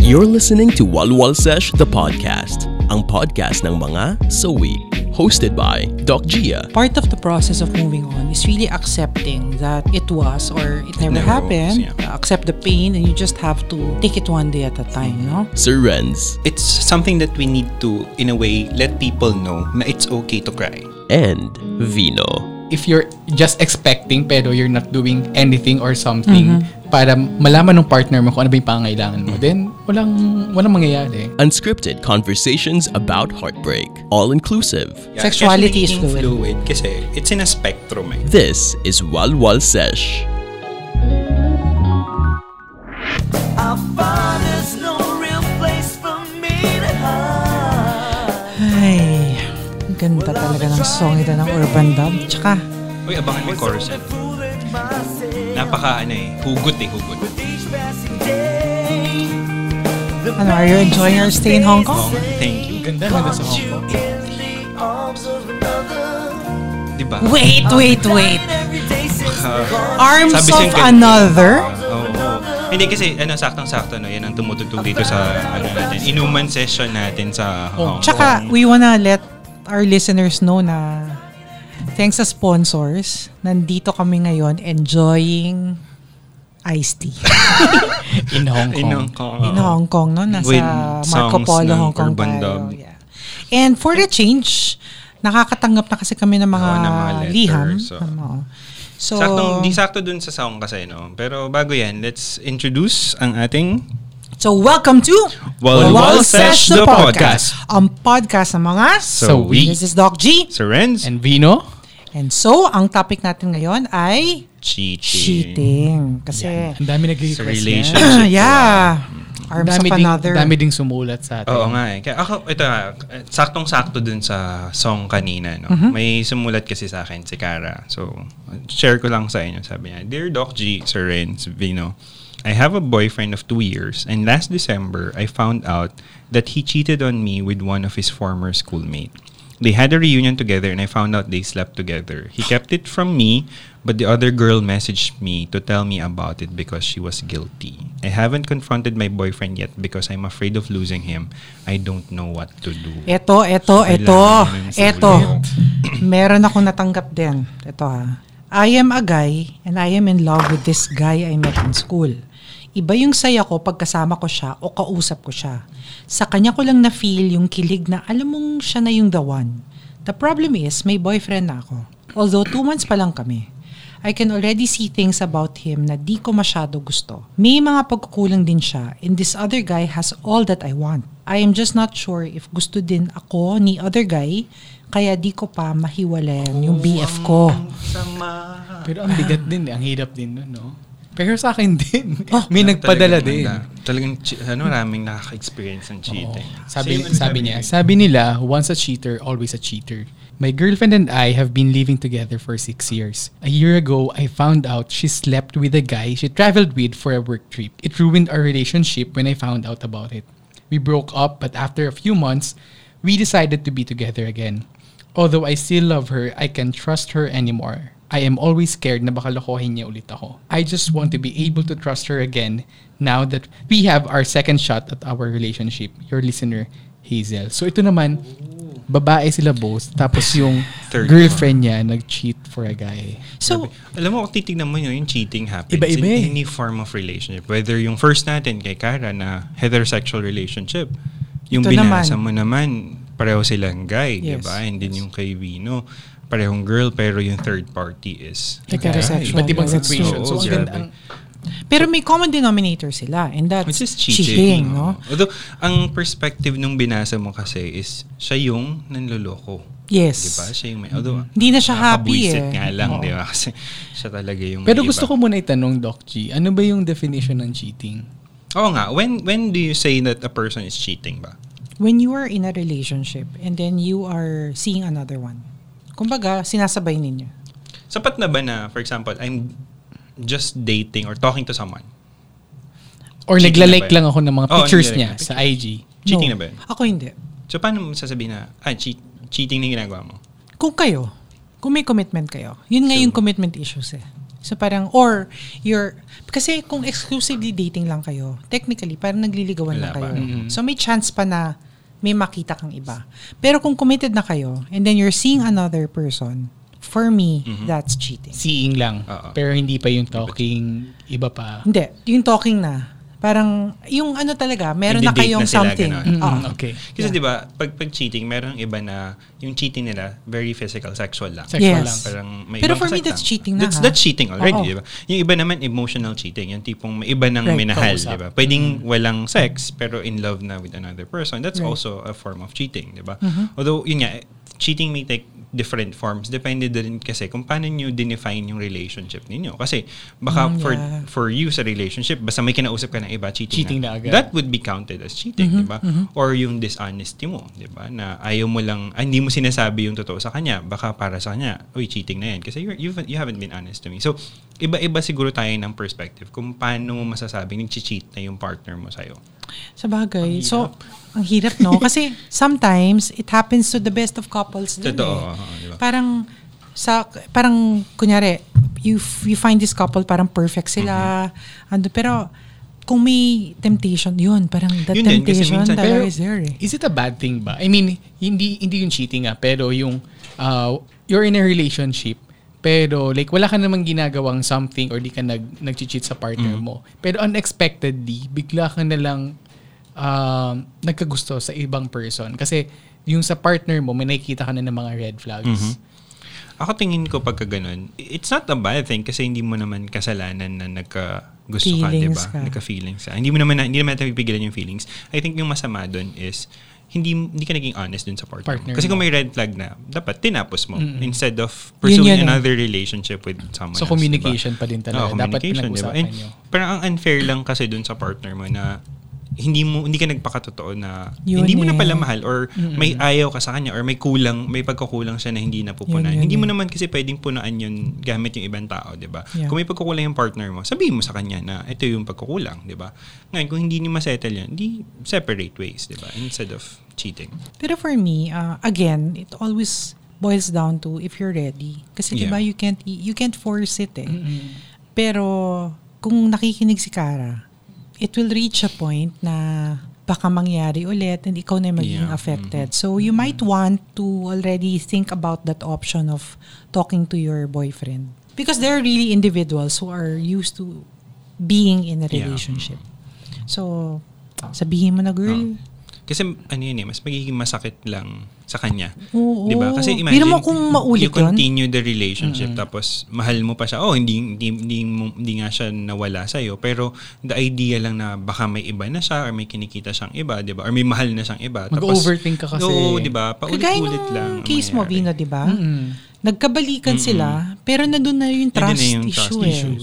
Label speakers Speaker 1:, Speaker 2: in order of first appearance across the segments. Speaker 1: You're listening to Walwal Sesh the Podcast, ang podcast ng mga sawi. Hosted by Doc Gia.
Speaker 2: part of the process of moving on is really accepting that it was or it never,
Speaker 3: Never
Speaker 2: happened. Uh,
Speaker 3: was, yeah.
Speaker 2: Accept the pain and you just have to take it one day at a time, no?
Speaker 1: Sir Renz,
Speaker 3: It's something that we need to, in a way, let people know na it's okay to cry.
Speaker 1: and Vino.
Speaker 4: if you're just expecting pero you're not doing anything or something para malaman ng partner mo kung ano ba yung pangangailangan mo, then walang, walang mangyayari.
Speaker 1: Unscripted conversations about heartbreak, all inclusive.
Speaker 3: Yeah,
Speaker 2: Sexuality
Speaker 3: especially
Speaker 2: is
Speaker 3: in
Speaker 2: fluid.
Speaker 3: fluid. Kasi it's in a spectrum eh.
Speaker 1: This is Walwal Sesh.
Speaker 2: Ay, ang ganda talaga ng song ito ng Urban Dub. Tsaka,
Speaker 3: Uy, abangan mo yung chorus. eh. Napaka ano eh, hugot eh, hugot.
Speaker 2: ano, are you enjoying your stay in Hong
Speaker 3: Oo
Speaker 2: Kong?
Speaker 3: nga, Oh, thank you.
Speaker 4: Ganda na sa Hong Kong.
Speaker 3: Diba?
Speaker 2: Wait, wait, wait.
Speaker 3: Ah,
Speaker 2: Arms
Speaker 3: Sabi
Speaker 2: of
Speaker 3: siyang ganito.
Speaker 2: another?
Speaker 3: Oo. oo. Hindi kasi ano saktang-sakto no, yan ang tumutugtog dito sa ano natin, inuman session natin sa Hong
Speaker 2: Oh, Tsaka,
Speaker 3: Kong.
Speaker 2: we wanna let our listeners know na thanks sa sponsors, nandito kami ngayon enjoying iced tea.
Speaker 4: In Hong Kong.
Speaker 3: in Hong Kong.
Speaker 2: in
Speaker 3: oo.
Speaker 2: Hong Kong, no? Nasa
Speaker 3: With
Speaker 2: Marco
Speaker 3: songs
Speaker 2: Polo,
Speaker 3: ng
Speaker 2: Hong Kong
Speaker 3: Urban
Speaker 2: tayo.
Speaker 3: Dub.
Speaker 2: Yeah. And for the change, nakakatanggap na kasi kami ng mga,
Speaker 3: Oo, ng mga
Speaker 2: liham.
Speaker 3: letters, so-
Speaker 2: Ano. So,
Speaker 3: Saktong, di sakto dun sa song kasi, no? Pero bago yan, let's introduce ang ating
Speaker 2: so welcome to
Speaker 3: Walwal Sesh, the podcast.
Speaker 2: Ang podcast ng mga
Speaker 3: So We.
Speaker 2: This is Doc G.
Speaker 3: Sirens
Speaker 4: And Vino?
Speaker 2: And so, ang topic natin ngayon ay
Speaker 3: Cheating.
Speaker 2: cheating. Kasi,
Speaker 4: Ang dami
Speaker 3: Sa
Speaker 4: nag-request niya.
Speaker 3: relationship.
Speaker 2: yeah,
Speaker 4: Ang
Speaker 2: arms
Speaker 4: dami
Speaker 2: of
Speaker 4: ding,
Speaker 2: another.
Speaker 4: dami ding sumulat sa atin.
Speaker 3: Oo nga eh. Kaya ako, ito nga, eh, saktong-sakto dun sa song kanina, no? May sumulat kasi sa akin si Cara. So, share ko lang sa inyo. Sabi niya, Dear Doc G, Sir Renz, Vino, I have a boyfriend of two years and last December, I found out that he cheated on me with one of his former schoolmate. They had a reunion together and I found out they slept together. He kept it from me, but the other girl messaged me to tell me about it because she was guilty. I haven't confronted my boyfriend yet because I'm afraid of losing him. I don't know what to do.
Speaker 4: Eh,
Speaker 2: Eto, eto,
Speaker 3: Kailangan
Speaker 2: eto,
Speaker 3: mo ng
Speaker 2: eto.
Speaker 3: sulit.
Speaker 2: Meron ako natanggap din. Ito ha. I am a guy and I am in love with this guy I met in school. Iba yung saya ko pagkasama ko siya o kausap ko siya. Sa kanya ko lang na-feel yung kilig na alam mong siya na yung the one. The problem is, may boyfriend na ako. Although two months pa lang kami. I can already see things about him na di ko masyado gusto. May mga pagkukulang din siya and this other guy has all that I want. I am just not sure if gusto din ako ni other guy kaya di ko pa mahiwalayan
Speaker 3: Oh.
Speaker 2: yung BF ko.
Speaker 4: Pero ang bigat din eh. Ang hirap din nun, no? Pero sa akin din.
Speaker 2: Oh.
Speaker 4: May
Speaker 3: Talagang
Speaker 4: nagpadala din.
Speaker 3: wala. Talagang, chi- ano, maraming nakaka-experience ng cheating.
Speaker 4: Sabi,
Speaker 3: Same ano
Speaker 4: sabi niya, sabi nila, once a cheater, always a cheater. My girlfriend and I have been living together for six years. A year ago, I found out she slept with a guy she traveled with for a work trip. It ruined our relationship when I found out about it. We broke up, but after a few months, we decided to be together again. Although I still love her, I can't trust her anymore. I am always scared na baka lokohin niya ulit ako. I just want to be able to trust her again now that we have our second shot at our relationship. Your listener, Hazel. So ito naman, babae sila both. Tapos yung
Speaker 3: Third
Speaker 4: girlfriend niya nag-cheat for a guy.
Speaker 2: So,
Speaker 3: Alam mo, kung titignan mo yun, yung cheating happens
Speaker 4: Iba-iba eh.
Speaker 3: in any form of relationship. Whether yung first natin kay Kara na heterosexual relationship, yung
Speaker 2: Ito
Speaker 3: binasa
Speaker 2: naman.
Speaker 3: mo naman, pareho silang guy, di
Speaker 2: Yes.
Speaker 3: ba? And then yung kay Vino, parehong girl, pero yung third party is
Speaker 2: Heterosexual.
Speaker 4: Diba? Iba't ibang
Speaker 2: That's
Speaker 3: true.
Speaker 4: situation. So ang ganda, ang,
Speaker 2: pero may common denominator sila and that's
Speaker 3: Which is cheating.
Speaker 2: cheating, no?
Speaker 3: oo. Although, ang perspective nung binasa mo kasi is, siya yung nanloloko. Di
Speaker 2: Yes.
Speaker 3: ba? Siya yung may, although,
Speaker 2: Hindi na siya happy
Speaker 3: nakakabwisit
Speaker 2: eh.
Speaker 3: Diba? nga lang, diba? di ba? Kasi siya talaga yung may
Speaker 4: pero
Speaker 3: iba.
Speaker 4: gusto ko muna itanong, Doc G, ano ba yung definition ng cheating?
Speaker 3: Oo nga, when, when do you say that a person is cheating ba?
Speaker 2: When you are in a relationship and then you are seeing another one. Kumbaga, sinasabay ninyo.
Speaker 3: Sapat na ba na, for example, I'm just dating or talking to someone?
Speaker 4: Or
Speaker 3: Cheating na ba yun?
Speaker 4: nagla-like
Speaker 3: Oh,
Speaker 4: lang ako ng mga
Speaker 3: Oo,
Speaker 4: pictures
Speaker 3: nagla-like
Speaker 4: niya
Speaker 3: na
Speaker 4: sa IG.
Speaker 3: Cheating
Speaker 2: No.
Speaker 3: na ba yun?
Speaker 2: Ako hindi.
Speaker 3: So, paano mo sasabihin na, ah, cheat, cheating na yung ginagawa mo?
Speaker 2: Kung kayo, kung may commitment kayo, yun nga yung commitment issues eh. So parang, or you're, kasi kung exclusively dating lang kayo, technically, parang nagliligawan
Speaker 3: Wala
Speaker 2: lang kayo.
Speaker 3: pa.
Speaker 2: So may chance pa na may makita kang iba. Pero kung committed na kayo, and then you're seeing another person, for me,
Speaker 3: Mm-hmm.
Speaker 2: that's cheating.
Speaker 4: Seeing lang.
Speaker 3: Oo.
Speaker 4: Pero hindi pa yung talking. Iba pa.
Speaker 2: Hindi, yung talking na, parang, yung ano talaga, meron na
Speaker 3: Nagdi-date
Speaker 2: kayong
Speaker 3: na sila,
Speaker 2: something. Ah,
Speaker 3: ganun.
Speaker 2: Oo.
Speaker 4: Mm, okay.
Speaker 3: Kasi di ba, pag, pag cheating, merong iba na, yung cheating nila, very physical, sexual lang.
Speaker 4: Sexual
Speaker 2: Yes.
Speaker 4: lang.
Speaker 3: Parang may
Speaker 2: Pero
Speaker 3: ibang
Speaker 2: for me,
Speaker 3: kasagtang.
Speaker 2: that's cheating na,
Speaker 3: That's,
Speaker 2: ha?
Speaker 3: that's cheating already,
Speaker 2: Oo.
Speaker 3: di ba? Yung iba naman, emotional cheating. Yung tipong may iba ng
Speaker 2: Right, Mm-hmm.
Speaker 3: minahal,
Speaker 4: kausap.
Speaker 3: di ba? Pwedeng walang sex, pero in love na with another person. That's
Speaker 2: Right. Mm-hmm.
Speaker 3: also a form of cheating, di ba? Although, yun nga, eh, cheating may take different forms. Depende din kasi kung paano nyo define yung relationship ninyo. Kasi baka
Speaker 2: Mm,
Speaker 3: for
Speaker 2: yeah.
Speaker 3: for you sa relationship, basta may kinausap ka ng iba, cheating,
Speaker 4: Cheating na agad. Mm-hmm,
Speaker 3: That would be counted as cheating, di ba? Or yung dishonesty mo, di ba? Na ayaw mo lang, ah, hindi mo sinasabi yung totoo sa kanya, baka para sa kanya, uy, cheating na yan. Kasi you're, you've, you haven't been honest to me. So, iba-iba siguro tayo ng perspective kung paano mo masasabing nag-cheat na yung partner mo sa'yo.
Speaker 2: Sa bagay. so, ang hirap, no? Kasi sometimes, it happens to the best of couples din
Speaker 3: Totoo,
Speaker 2: eh.
Speaker 3: oo, di ba?
Speaker 2: Parang, sa, parang, kunyari, you, f- you find this couple, parang perfect sila.
Speaker 3: Mm-hmm.
Speaker 2: Ando, pero, kung may temptation, yun, parang the
Speaker 3: Yun din, kasi
Speaker 2: temptation
Speaker 3: minsan-
Speaker 2: talaga
Speaker 4: Pero-
Speaker 2: is there eh.
Speaker 4: Is it a bad thing ba? I mean, hindi hindi yung cheating ah, pero yung uh, you're in a relationship pero like wala ka namang ginagawang something or di ka nag nag-cheat sa partner mo. Pero unexpectedly, bigla ka na lang um, nagkagusto sa ibang person kasi yung sa partner mo, may nakikita ka na ng mga red flags.
Speaker 3: Ako tingin ko pagka ganun, it's not a bad thing kasi hindi mo naman kasalanan na nagka gusto ka, di
Speaker 2: Feelings
Speaker 3: ba?
Speaker 2: ka.
Speaker 3: Nagka feelings ka. Hindi mo naman na- hindi naman natin pipigilan yung feelings. I think yung masama doon is hindi hindi ka naging honest dun sa partner,
Speaker 4: Partner
Speaker 3: mo. Kasi kung
Speaker 4: mo.
Speaker 3: may red flag na, dapat tinapos mo instead of pursuing
Speaker 2: yun eh.
Speaker 3: another relationship with someone else, di
Speaker 4: So
Speaker 3: ba?
Speaker 4: communication pa din
Speaker 3: Oo,
Speaker 4: talaga. Dapat
Speaker 3: communication, di ba?
Speaker 4: pinag-usapan
Speaker 3: And
Speaker 4: nyo.
Speaker 3: Parang ang unfair lang kasi dun sa partner mo na hindi mo hindi ka nagpakatotoo na
Speaker 2: Yun
Speaker 3: hindi mo
Speaker 2: eh.
Speaker 3: na pala mahal or may ayaw ka sa kanya or may kulang may pagkakulang siya na hindi napupunan.
Speaker 2: Yun, yun,
Speaker 3: hindi mo
Speaker 2: yun.
Speaker 3: naman kasi pwedeng punaan yun gamit yung ibang tao, 'di ba?
Speaker 2: Yeah.
Speaker 3: Kung may pagkukulang yung partner mo, sabihin mo sa kanya na ito yung pagkukulang, 'di ba? Ngayon kung hindi niyo ma-settle yan, di separate ways, 'di ba? Instead of cheating.
Speaker 2: Pero for me, uh, again, it always boils down to if you're ready. Kasi
Speaker 3: Yeah.
Speaker 2: diba you can't you can't force it eh. Pero kung nakikinig si Kara, it will reach a point na baka mangyari ulit and ikaw na yung magiging
Speaker 3: Yeah. Mm-hmm.
Speaker 2: affected. So you might want to already think about that option of talking to your boyfriend. Because they're really individuals who are used to being in a
Speaker 3: Yeah.
Speaker 2: relationship. So, sabihin mo na,
Speaker 3: Oh.
Speaker 2: girl,
Speaker 3: Kasi ano yun eh, mas magiging masakit lang sa kanya.
Speaker 2: Oo.
Speaker 3: 'Di ba? Kasi
Speaker 2: Hindi
Speaker 3: imagine,
Speaker 2: naman kung maulit
Speaker 3: you continue the relationship tapos mahal mo pa siya. Oh, hindi hindi hindi, mo- hindi nga siya nawala sa pero the idea lang na baka may iba na siya or may kinikita siyang iba, 'di ba? Or may mahal na siyang iba.
Speaker 4: Mag-overthink ka kasi.
Speaker 3: Oo, 'di ba?
Speaker 2: Kagaya
Speaker 3: Paulit-ulit
Speaker 2: nung
Speaker 3: lang. ang
Speaker 2: case mo, Vino,
Speaker 3: mangyayari.
Speaker 2: di ba? Nagkabalikan sila, pero nandun na yung
Speaker 3: Yun din
Speaker 2: trust,
Speaker 3: eh, yung
Speaker 2: issue, eh.
Speaker 3: issue,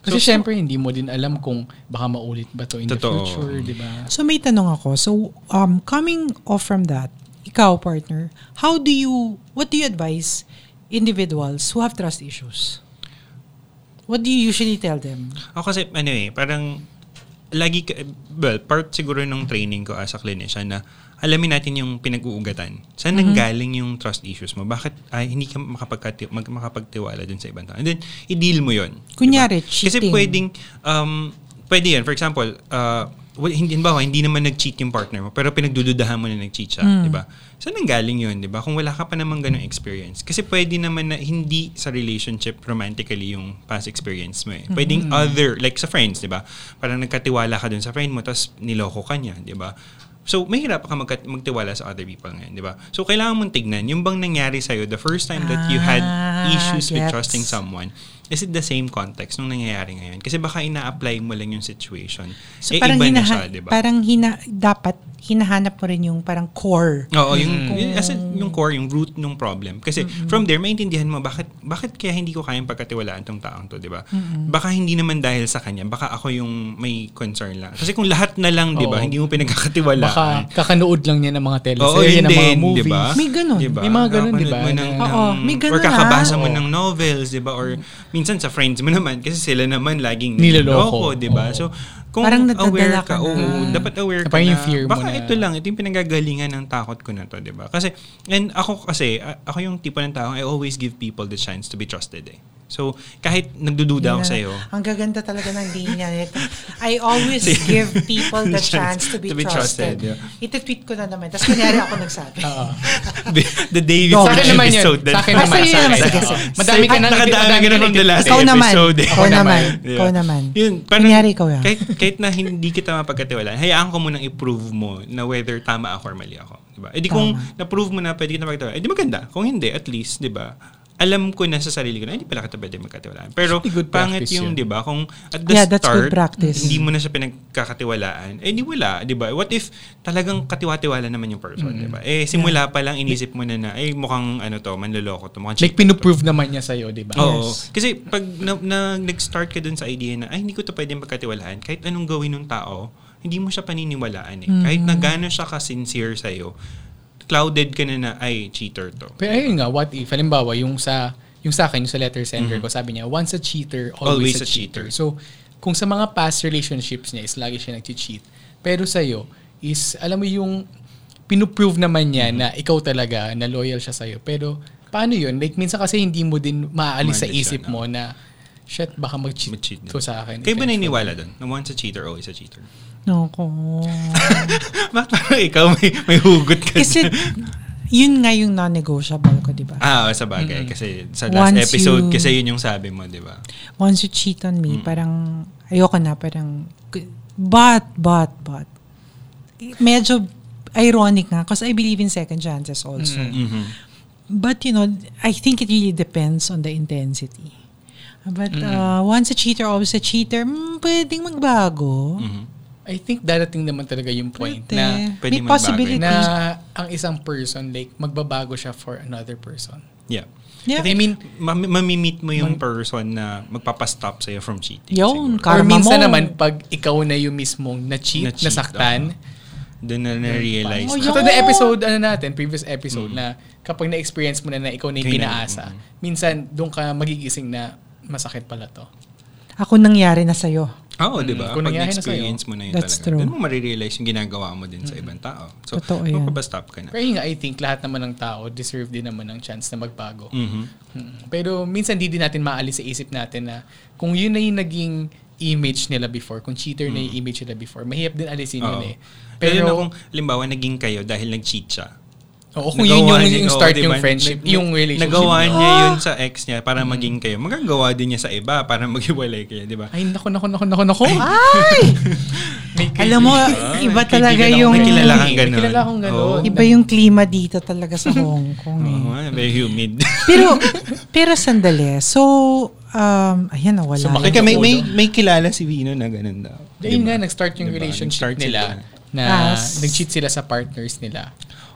Speaker 3: So,
Speaker 4: Kasi syempre, hindi mo din alam kung baka maulit ba to in
Speaker 3: Totoo.
Speaker 4: the future, di ba?
Speaker 2: So may tanong ako. So um, coming off from that, ikaw partner, how do you, what do you advise individuals who have trust issues? What do you usually tell them?
Speaker 3: Ako kasi, ano eh, parang lagi, ka- well, part siguro ng training ko as a clinician na alamin natin yung pinag-uugatan. Saan
Speaker 2: Mhm.
Speaker 3: nanggaling yung trust issues mo? Bakit ay, hindi ka makapagkati- mag- makapagtiwala dun sa ibang tao? And then, i-deal mo yun.
Speaker 2: Kunyari,
Speaker 3: Diba? Kasi
Speaker 2: cheating.
Speaker 3: pwedeng, um, pwede yun. For example, uh, well, hindi, halimbawa, hindi naman nag-cheat yung partner mo, pero pinagdududahan mo na nag-cheat siya,
Speaker 2: Hmm.
Speaker 3: di ba? Saan nanggaling yun, di ba? Kung wala ka pa naman ganong experience. Kasi pwede naman na hindi sa relationship romantically yung past experience mo eh.
Speaker 2: Hmm.
Speaker 3: Pwedeng other, like sa friends, di ba? Parang nagkatiwala ka dun sa friend mo, tapos niloko ka niya, di ba? So, mahirap ka magka- magtiwala sa other people ngayon, di ba? So, kailangan mong tignan, yung bang nangyari sa'yo the first time that you had
Speaker 2: Ah,
Speaker 3: issues with
Speaker 2: gets.
Speaker 3: trusting someone, is it the same context nung nangyayari ngayon? Kasi baka ina-apply mo lang yung situation.
Speaker 2: So
Speaker 3: eh,
Speaker 2: parang,
Speaker 3: iba na
Speaker 2: hinaha-
Speaker 3: siya, di ba?
Speaker 2: parang hina, dapat hinahanap mo rin yung parang core.
Speaker 3: Oo, yung,
Speaker 4: Mm-hmm.
Speaker 3: yung, as in, yung core, yung root ng problem. Kasi
Speaker 2: Mm-hmm.
Speaker 3: from there, maintindihan mo bakit bakit kaya hindi ko kayang pagkatiwalaan tong taong to, di ba?
Speaker 2: Mm-hmm.
Speaker 3: Baka hindi naman dahil sa kanya, baka ako yung may concern lang. Kasi kung lahat na lang, di ba,
Speaker 4: Oo.
Speaker 3: hindi mo pinagkakatiwalaan.
Speaker 4: Baka kakanood lang niya ng mga
Speaker 3: Oo,
Speaker 4: teleserye,
Speaker 3: yun
Speaker 4: ng mga
Speaker 3: din, diba?
Speaker 4: movies.
Speaker 3: di ba?
Speaker 2: May ganun.
Speaker 4: May mga ganun, di ba?
Speaker 3: Kakapanood mo ng-
Speaker 4: Na-
Speaker 2: Oo,
Speaker 3: ng-
Speaker 2: may ganun
Speaker 3: Or kakabasa
Speaker 2: ah.
Speaker 3: mo ng novels, di ba? Or minsan sa friends mo naman, kasi sila naman laging
Speaker 4: Niloloko.
Speaker 3: niloloko, di ba?
Speaker 4: Oo.
Speaker 3: So, kung
Speaker 2: Parang nadadala
Speaker 3: aware
Speaker 2: ka
Speaker 3: ka,
Speaker 2: na.
Speaker 3: oo, dapat aware ka
Speaker 4: Parang
Speaker 3: na,
Speaker 4: yung fear mo
Speaker 3: baka
Speaker 4: na-
Speaker 3: ito lang, ito yung pinagagalingan ng takot ko na to, di ba? Kasi, and ako kasi, a- ako yung tipo ng tao, I always give people the chance to be trusted eh. So, kahit nagdududa ako
Speaker 2: Yeah.
Speaker 3: sa'yo,
Speaker 2: Ang gaganda talaga ng linya nito. I always give people the chance to be, trusted.
Speaker 3: yeah.
Speaker 2: Ito-tweet ko na naman. Tapos kunyari ako nagsabi.
Speaker 3: the day before
Speaker 4: Sa akin naman yun.
Speaker 3: episode.
Speaker 4: Sa akin
Speaker 2: Ah,
Speaker 4: naman.
Speaker 2: sa'yo
Speaker 4: Sa
Speaker 2: naman.
Speaker 4: akin.
Speaker 2: Sige, sige.
Speaker 4: Madami ka na.
Speaker 3: Nakadami
Speaker 4: madami
Speaker 3: ka na from the last
Speaker 2: Ikaw naman.
Speaker 3: episode. eh.
Speaker 2: Ikaw naman. Ikaw naman.
Speaker 3: Yun,
Speaker 2: Kunyari ikaw yan.
Speaker 3: Kahit, kahit na hindi kita mapagkatiwalaan, hayaan ko munang i-prove mo na whether tama ako or mali ako. Diba? E di kung na-prove mo na pwede kita mapagkatiwalaan, eh di maganda. Kung hindi, at least, di ba, alam ko na sa sarili ko na hindi pala kita pwede magkatiwalaan. Pero
Speaker 4: Actually, good
Speaker 3: pangit
Speaker 4: practice
Speaker 3: yung,
Speaker 4: yun.
Speaker 3: di ba, kung at the
Speaker 2: Yeah, that's
Speaker 3: start,
Speaker 2: good practice.
Speaker 3: hindi mo na siya pinagkakatiwalaan, eh di wala, di ba? What if talagang katiwatiwala naman yung person, di ba? Eh simula pa lang inisip mo na na, eh mukhang ano to, manloloko to, mukhang cheat
Speaker 4: Like,
Speaker 3: to.
Speaker 4: pinuprove naman niya sa'yo, diba? di ba?
Speaker 3: Oo.
Speaker 2: Yes.
Speaker 3: Kasi pag na, na, nag-start ka dun sa idea na, ay, hindi ko to pwedeng pagkatiwalaan, kahit anong gawin ng tao, hindi mo siya paniniwalaan eh. Kahit na gano'n siya ka-sincere sa'yo, clouded ka na na, ay, cheater to.
Speaker 4: Pero ayun nga, what if? Halimbawa, yung sa yung sa akin, yung sa letter sender ko, sabi niya, once a cheater, Mm-hmm. always, a, cheater. So, kung sa mga past relationships niya is lagi siya nag-cheat, pero sa'yo is, alam mo yung pinuprove naman niya na ikaw talaga, na loyal siya sa'yo. Pero, paano yun? Like, minsan kasi hindi mo din maaalis sa
Speaker 3: Maalis
Speaker 4: isip
Speaker 3: yun,
Speaker 4: mo na, shit, baka mag-cheat,
Speaker 3: Mag-cheat din.
Speaker 4: to sa akin.
Speaker 3: Kayo ba
Speaker 4: Eventually.
Speaker 3: naniniwala dun? Na once a cheater, always a cheater.
Speaker 2: No, ko.
Speaker 3: Bakit parang ikaw may, may hugot ka?
Speaker 2: Kasi yun nga yung non-negotiable ko, di ba?
Speaker 3: Ah, oo, sa bagay. Kasi sa last
Speaker 2: Once
Speaker 3: episode,
Speaker 2: you-
Speaker 3: kasi yun yung sabi mo, di ba?
Speaker 2: Once you cheat on me, parang ayoko na, parang but, but, but. Medyo ironic nga because I believe in second chances also.
Speaker 4: Mm-hmm.
Speaker 3: Mhm.
Speaker 2: But you know, I think it really depends on the intensity. But uh, once a cheater, always a cheater, mm, pwedeng magbago.
Speaker 4: I think darating naman talaga yung point
Speaker 2: Pwede.
Speaker 4: na
Speaker 3: pwede
Speaker 2: May
Speaker 3: magbago.
Speaker 2: possibility.
Speaker 4: na ang isang person, like, magbabago siya for another person.
Speaker 3: Yeah.
Speaker 2: Yeah.
Speaker 3: I
Speaker 4: I
Speaker 3: mean,
Speaker 4: mean-
Speaker 3: mamimit mo yung person na magpapastop sa'yo from cheating.
Speaker 2: Yun,
Speaker 3: siguro.
Speaker 2: karma
Speaker 4: Or minsan
Speaker 2: mo.
Speaker 4: naman, pag ikaw na yung mismong na-cheat,
Speaker 3: Na-cheat,
Speaker 4: nasaktan.
Speaker 3: Doon na na-realize
Speaker 2: Oh, yun.
Speaker 3: na-
Speaker 4: Sa to the episode, ano natin, previous episode, na kapag na-experience mo na na ikaw na yung
Speaker 3: Yun Mm. na,
Speaker 4: pinaasa, minsan doon ka magigising na masakit pala to.
Speaker 2: Ako nangyari na sa'yo.
Speaker 3: Oo, di ba?
Speaker 4: Kung
Speaker 3: Pag
Speaker 4: nangyari na
Speaker 3: experience mo na yun
Speaker 2: That's
Speaker 3: talaga,
Speaker 2: true.
Speaker 3: doon mo marirealize yung ginagawa mo din sa ibang tao. So,
Speaker 2: Totoo yan.
Speaker 3: magpapastop ka na.
Speaker 4: Pero yun nga, I think lahat naman ng tao deserve din naman ng chance na magbago.
Speaker 3: Mhm.
Speaker 4: Mm. Pero minsan di din natin maalis sa isip natin na kung yun na yung naging image nila before, kung cheater na yung image nila before, mahirap din alisin
Speaker 3: Mm. Oo.
Speaker 4: yun eh.
Speaker 3: Pero
Speaker 4: Pero,
Speaker 3: na kung, halimbawa, naging kayo dahil nag-cheat siya.
Speaker 4: oo, kung yun
Speaker 3: Nagawa
Speaker 4: yung,
Speaker 3: niya-
Speaker 4: yung
Speaker 3: oo,
Speaker 4: start
Speaker 3: di ba?
Speaker 4: yung friendship,
Speaker 3: Nag-
Speaker 4: yung relationship. Mm.
Speaker 3: Nagawa
Speaker 4: niyo.
Speaker 3: niya yun
Speaker 2: Ah!
Speaker 3: sa ex niya para maging kayo. Magagawa din niya sa iba para maghiwalay kayo, di ba?
Speaker 4: Ay, naku, naku, naku, naku, naku.
Speaker 2: Ay!
Speaker 4: May
Speaker 2: Alam mo,
Speaker 3: Ah,
Speaker 2: iba talaga
Speaker 3: kaibigan ako,
Speaker 2: yung...
Speaker 3: may kilala kang ganun.
Speaker 4: May kilala akong ganun.
Speaker 3: Oo.
Speaker 2: Iba yung klima dito talaga sa Hong Kong. eh.
Speaker 3: Oo, very humid.
Speaker 2: Pero, pero sandali. So, um, ayan, nawala. yun.
Speaker 4: Sumakit
Speaker 3: Teka, may, may,
Speaker 4: Ulo.
Speaker 3: may kilala si Vino na ganun daw. Di
Speaker 4: Dahil
Speaker 3: ba?
Speaker 4: nga, nag-start yung
Speaker 3: Diba?
Speaker 4: relationship
Speaker 3: Nag-start
Speaker 4: nila
Speaker 3: sila.
Speaker 4: na
Speaker 2: As-
Speaker 4: nag-cheat sila sa partners nila.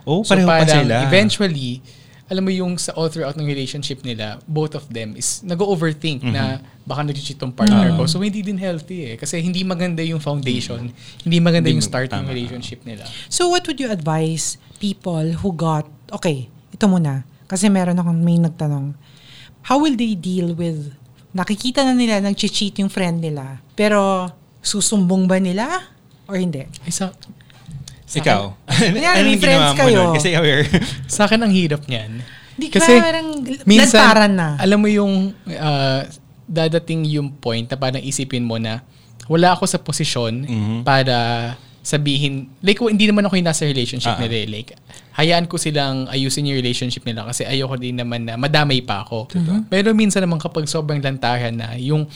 Speaker 3: Oo,
Speaker 4: So
Speaker 3: Oh, pareho pa
Speaker 4: parang
Speaker 3: sila.
Speaker 4: eventually, alam mo yung sa all throughout ng relationship nila, both of them is nag-overthink na
Speaker 3: Mhm.
Speaker 4: baka nag-cheat tong partner ko. So hindi din healthy eh. Kasi hindi maganda yung foundation. Hindi maganda
Speaker 3: Hindi
Speaker 4: yung
Speaker 3: mag-
Speaker 4: start ng
Speaker 3: tama.
Speaker 4: relationship nila.
Speaker 2: So, what would you advise people who got... Okay, ito muna. Kasi meron akong may nagtanong. How will they deal with... Nakikita na nila nag-cheat yung friend nila. Pero, susumbong ba nila? Or hindi?
Speaker 4: Ay, sa, sa
Speaker 3: Ikaw.
Speaker 2: Kanyari,
Speaker 3: Anong
Speaker 2: may friends
Speaker 3: ginawa mo
Speaker 2: kayo.
Speaker 3: nun? Kasi aware.
Speaker 4: Akin, sa akin ang hirap niyan.
Speaker 2: Hindi ka parang lantaran na.
Speaker 4: alam mo yung ah, dadating yung point na parang isipin mo na wala ako sa posisyon
Speaker 3: Mhm.
Speaker 4: para sabihin, like w- hindi naman ako yung nasa relationship
Speaker 3: Ah, ah.
Speaker 4: nila. eh. Like, hayaan ko silang ayusin yung relationship nila kasi ayoko din naman na madamay pa ako. Pero minsan naman kapag sobrang lantaran na, yung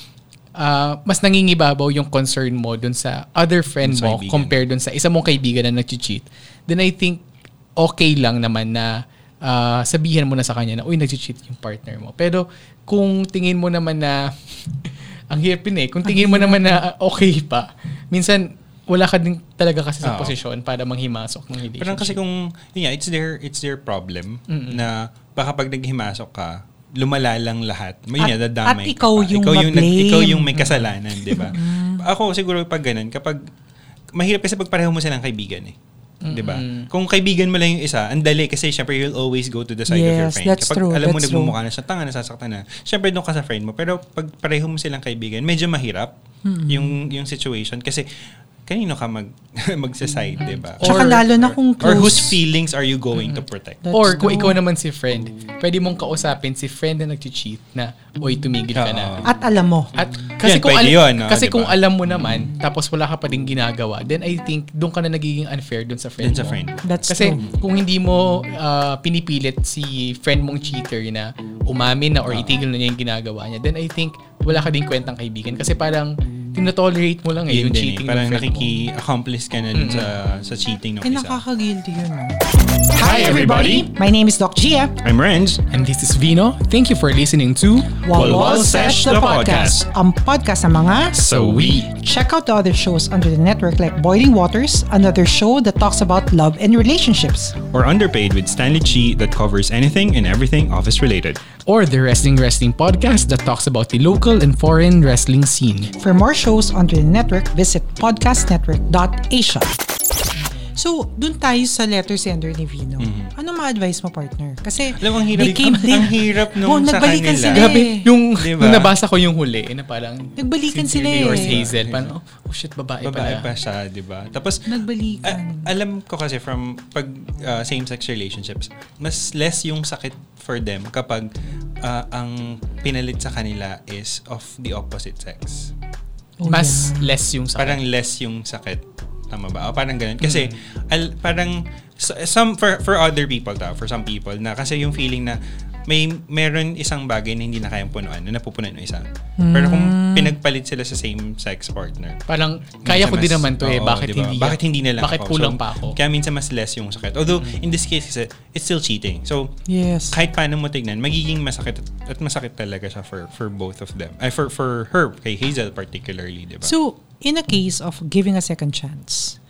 Speaker 4: ah, mas nangingibabaw yung concern mo dun sa other friend
Speaker 3: Sa
Speaker 4: mo
Speaker 3: kaibigan.
Speaker 4: compared dun sa isa mong kaibigan na nag-cheat. Then I think okay lang naman na ah, sabihan mo na sa kanya na, uy, nag-cheat yung partner mo. Pero kung tingin mo naman na, ang hirap yun eh, kung tingin mo naman na ah, okay pa, minsan wala ka din talaga kasi sa
Speaker 3: Oo.
Speaker 4: posisyon para manghimasok ng relationship.
Speaker 3: Parang kasi kung, yun nga, it's their, it's their problem na baka pag naghimasok ka, lumala lang lahat. May
Speaker 2: At-
Speaker 3: yun,
Speaker 2: at
Speaker 3: nadadamay ka
Speaker 2: ikaw
Speaker 3: pa.
Speaker 2: yung
Speaker 3: ikaw yung, nag-
Speaker 2: ma-blame.
Speaker 3: ikaw yung may kasalanan, di ba? Ako siguro pag ganun, kapag, mahirap kasi pag pareho mo silang kaibigan eh. Di ba? Kung kaibigan mo lang yung isa, ang dali kasi syempre you'll always go to the side of your
Speaker 2: Yes,
Speaker 3: friend.
Speaker 2: that's
Speaker 3: Kapag
Speaker 2: true,
Speaker 3: alam mo
Speaker 2: that's
Speaker 3: nagmumukha na siya, tanga, nasasaktan na. Syempre doon ka sa friend mo. Pero pag pareho mo silang kaibigan, medyo mahirap yung yung situation. Kasi kanino ka mag, magsaside, di ba?
Speaker 2: Tsaka lalo na kung
Speaker 3: Or
Speaker 2: close.
Speaker 3: whose feelings are you going to protect?
Speaker 2: That's
Speaker 4: Or kung
Speaker 2: true.
Speaker 4: ikaw naman si friend, pwede mong kausapin si friend na nag-cheat na, oy, tumigil ka na.
Speaker 3: Oo.
Speaker 2: At alam mo.
Speaker 4: At kasi
Speaker 3: Mm. Yan,
Speaker 4: kung
Speaker 3: pwede
Speaker 4: alam,
Speaker 3: yun, no?
Speaker 4: kasi
Speaker 3: Diba?
Speaker 4: kung alam mo naman tapos wala ka pa ding ginagawa, then I think doon ka na nagiging unfair doon sa friend.
Speaker 3: Dun sa
Speaker 4: mo.
Speaker 3: friend.
Speaker 2: That's
Speaker 4: kasi
Speaker 2: true.
Speaker 4: kung hindi mo ah, pinipilit si friend mong cheater na umamin na or itigil na niya yung ginagawa niya, then I think wala ka ding kwentang kaibigan kasi parang tinotolerate mo lang eh,
Speaker 3: Yun din
Speaker 4: yung
Speaker 3: eh.
Speaker 4: cheating ng
Speaker 3: Parang
Speaker 4: friend mo.
Speaker 3: nakiki-accomplice ka na dun sa, sa cheating ng
Speaker 2: Ay,
Speaker 3: isa.
Speaker 2: nakaka-guilty yun. ah.
Speaker 3: Hi, everybody!
Speaker 2: My name is Doc Gia.
Speaker 3: I'm Renz.
Speaker 4: And this is Vino. Thank you for listening to
Speaker 3: Walwal Sesh, the podcast.
Speaker 2: Ang podcast ng mga
Speaker 3: So we.
Speaker 2: Check out the other shows under the network like Boiling Waters, another show that talks about love and relationships.
Speaker 3: Or Underpaid with Stanley Chi that covers anything and everything office related.
Speaker 4: or the Wrestling Wrestling podcast that talks about the local and foreign wrestling scene.
Speaker 2: For more shows under the network, visit podcastnetwork.asia. So, dun tayo sa letter sender ni Vino. Ano ma-advise mo, partner? Kasi
Speaker 3: Mm-hmm. Alam mo, ang hirap-
Speaker 2: they came
Speaker 3: ang-
Speaker 2: din-
Speaker 3: ang hirap nung
Speaker 2: Oh,
Speaker 3: sa
Speaker 2: nagbalikan
Speaker 3: kanila.
Speaker 2: sila
Speaker 4: Grabe,
Speaker 2: eh.
Speaker 4: yung,
Speaker 3: Diba?
Speaker 4: nung nabasa ko yung huli, na parang,
Speaker 2: Nagbalikan
Speaker 4: si
Speaker 2: sila eh.
Speaker 4: Yours Hazel, parang, oh, oh shit, babae,
Speaker 3: Babae
Speaker 4: pala.
Speaker 3: pa siya, di ba? Tapos,
Speaker 2: Nagbalikan.
Speaker 3: a- alam ko kasi from pag uh, same-sex relationships, mas less yung sakit for them kapag uh, ang pinalit sa kanila is of the opposite sex.
Speaker 2: Oh,
Speaker 4: Mas less yung sa
Speaker 3: Parang less yung sakit. Tama ba? O parang ganun. Kasi al- parang s- some for for other people ta, for some people na kasi yung feeling na may meron isang bagay na hindi na kayang punuan, na napupunan ng isa. Pero kung pinagpalit sila sa same sex partner,
Speaker 4: Parang, Hmm. kaya
Speaker 3: minsan
Speaker 4: ko din
Speaker 3: mas-
Speaker 4: naman to eh,
Speaker 3: oo,
Speaker 4: bakit
Speaker 3: diba?
Speaker 4: hindi?
Speaker 3: Bakit hindi na lang
Speaker 4: Bakit
Speaker 3: ako?
Speaker 4: kulang
Speaker 3: So,
Speaker 4: pa ako? Hmm.
Speaker 3: Kaya minsan mas less yung sakit. Although, in this case kasi, it's still cheating. So,
Speaker 2: Yes.
Speaker 3: kahit paano mo tignan, magiging masakit at- at masakit talaga siya for for both of them. Ay, for for her, kay Hazel particularly, diba? di ba?
Speaker 2: So, in a case of giving a second chance,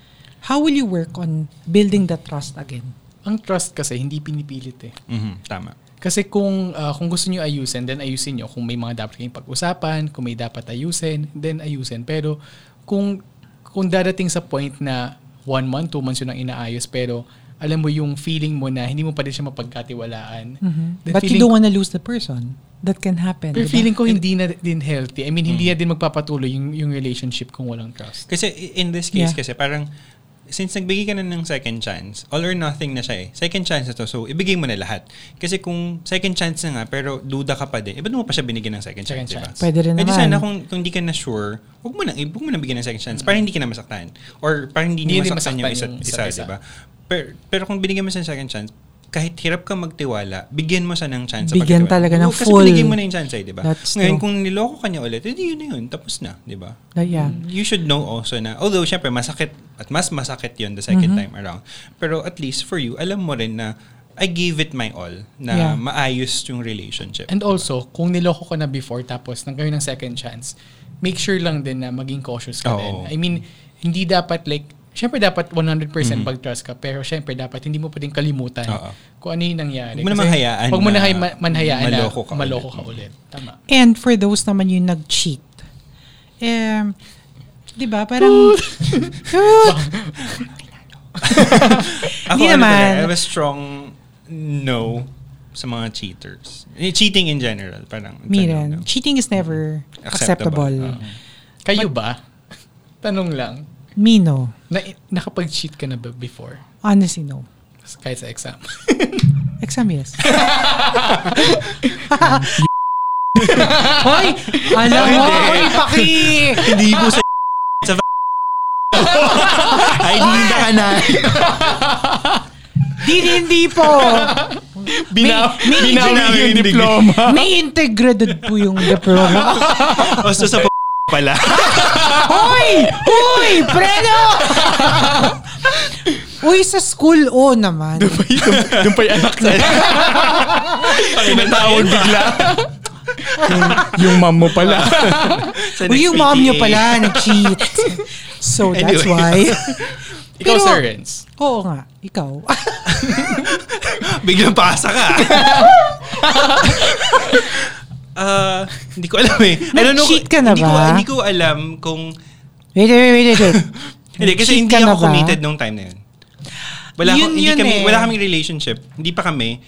Speaker 2: how will you work on building that trust again?
Speaker 4: Ang trust kasi, hindi pinipilit eh.
Speaker 3: Mhm, tama.
Speaker 4: Kasi kung ah, kung gusto niyo ayusin, then ayusin niyo. Kung may mga dapat kayong pag-usapan, kung may dapat ayusin, then ayusin. Pero kung kung darating sa point na one month, two months yun ang inaayos, pero alam mo yung feeling mo na hindi mo pa rin siya mapagkatiwalaan. then
Speaker 2: Mm-hmm. But you
Speaker 4: feeling-
Speaker 2: don't wanna lose the person. That can happen.
Speaker 4: Pero
Speaker 2: diba?
Speaker 4: feeling ko hindi na din healthy. I mean,
Speaker 3: Mm.
Speaker 4: hindi na din magpapatuloy yung, yung relationship kung walang trust.
Speaker 3: Kasi i- in this
Speaker 2: Yeah.
Speaker 3: case kasi parang since nagbigay ka na ng second chance, all or nothing na siya eh. Second chance na to, so ibigay mo na lahat. Kasi kung second chance na nga, pero duda ka pa din, eh, ba't mo pa siya binigyan ng second
Speaker 4: Second
Speaker 3: chance, diba?
Speaker 4: chance.
Speaker 2: Pwede rin
Speaker 3: Eh, di
Speaker 2: naman.
Speaker 3: sana kung, kung di ka na sure, huwag mo na, eh, huwag mo na bigyan ng second chance para hindi ka na masaktan. Or para hindi,
Speaker 4: Hindi
Speaker 3: niya
Speaker 4: rin
Speaker 3: masaktan, yung
Speaker 4: masaktan
Speaker 3: isa't
Speaker 4: yung
Speaker 3: isa,
Speaker 4: isa't isa.
Speaker 3: diba? Pero, pero kung binigyan mo siya ng second chance, kahit hirap ka magtiwala, bigyan mo siya ng chance. sa
Speaker 2: Bigyan
Speaker 3: pagtitiwala.
Speaker 2: talaga ng
Speaker 3: Kasi
Speaker 2: full.
Speaker 3: binigyan mo na yung chance eh, diba?
Speaker 2: That's true.
Speaker 3: Ngayon, kung niloko ka niya ulit, edi yun na yun, tapos na, diba?
Speaker 2: Uh, yeah.
Speaker 3: you should know also na, although syempre masakit, at mas masakit yon the second
Speaker 2: Mm-hmm.
Speaker 3: time around, pero at least for you, alam mo rin na I gave it my all na
Speaker 2: Yeah.
Speaker 3: maayos yung relationship.
Speaker 4: And also, kung niloko ka na before tapos nang kayo ng second chance, make sure lang din na maging cautious
Speaker 3: Oo.
Speaker 4: ka din. I mean, hindi dapat like, syempre dapat 100% pag-trust ka, pero syempre dapat hindi mo pa din kalimutan
Speaker 3: Mm-hmm. Oo.
Speaker 4: kung ano yung nangyari.
Speaker 3: Huwag mo na
Speaker 4: Kasi
Speaker 3: mahayaan
Speaker 4: Huwag mo
Speaker 3: na
Speaker 4: na hay- ma- manhayaan na
Speaker 3: maloko ka
Speaker 4: maloko
Speaker 3: ulit.
Speaker 4: ka ulit. Tama.
Speaker 2: And for those naman yung nag-cheat, um, di ba, parang, Dude!
Speaker 3: Ako,
Speaker 2: Hindi
Speaker 3: ano
Speaker 2: naman.
Speaker 3: talaga, I have a strong no sa mga cheaters. Eh, Cheating in general, parang. ano, it's a
Speaker 2: Miren,
Speaker 3: no-no.
Speaker 2: cheating is never acceptable.
Speaker 3: Acceptable. Oo.
Speaker 4: Kayo ba? Tanong lang.
Speaker 2: Mino,
Speaker 4: Na, nakapag-cheat ka na ba before?
Speaker 2: honestly, no.
Speaker 4: Kahit sa exam.
Speaker 2: Exam, yes. Hoy! Alam mo, hoy, paki!
Speaker 3: Hindi mo sa sa Ay, hindi na ka na.
Speaker 2: Di, hindi po!
Speaker 4: Bina-
Speaker 2: may-
Speaker 4: binawi
Speaker 3: binawi
Speaker 4: yung
Speaker 3: yung
Speaker 4: diploma.
Speaker 2: May integrated po yung diploma.
Speaker 3: Osto sa p- pala.
Speaker 2: Hoy! Hoy! Preno! Uy, sa school, oh naman.
Speaker 4: Doon pa yung anak na. Pinatawag bigla. yung, yung mom mo pala.
Speaker 3: Sa
Speaker 2: Uy,
Speaker 3: next
Speaker 2: yung mom niyo
Speaker 3: PTA.
Speaker 2: pala, nag-cheat. So, that's why.
Speaker 4: Ikaw,
Speaker 2: Pero-
Speaker 4: Sir Renz.
Speaker 2: Oo nga, ikaw.
Speaker 3: Biglang pasa ka. Ah, hindi ko alam eh. I don't know kung-
Speaker 2: Nag-cheat ka na
Speaker 3: hindi Ko,
Speaker 2: ba?
Speaker 3: hindi ko alam kung...
Speaker 2: Wait, wait, wait, wait. wait.
Speaker 3: Hindi, kasi
Speaker 2: Nag-cheat
Speaker 3: hindi
Speaker 2: ka na ba?
Speaker 3: ako committed nung time na yun. Wala,
Speaker 2: Yun
Speaker 3: ko, hindi
Speaker 2: yun
Speaker 3: kami,
Speaker 2: eh.
Speaker 3: wala kaming relationship. Hindi pa kami.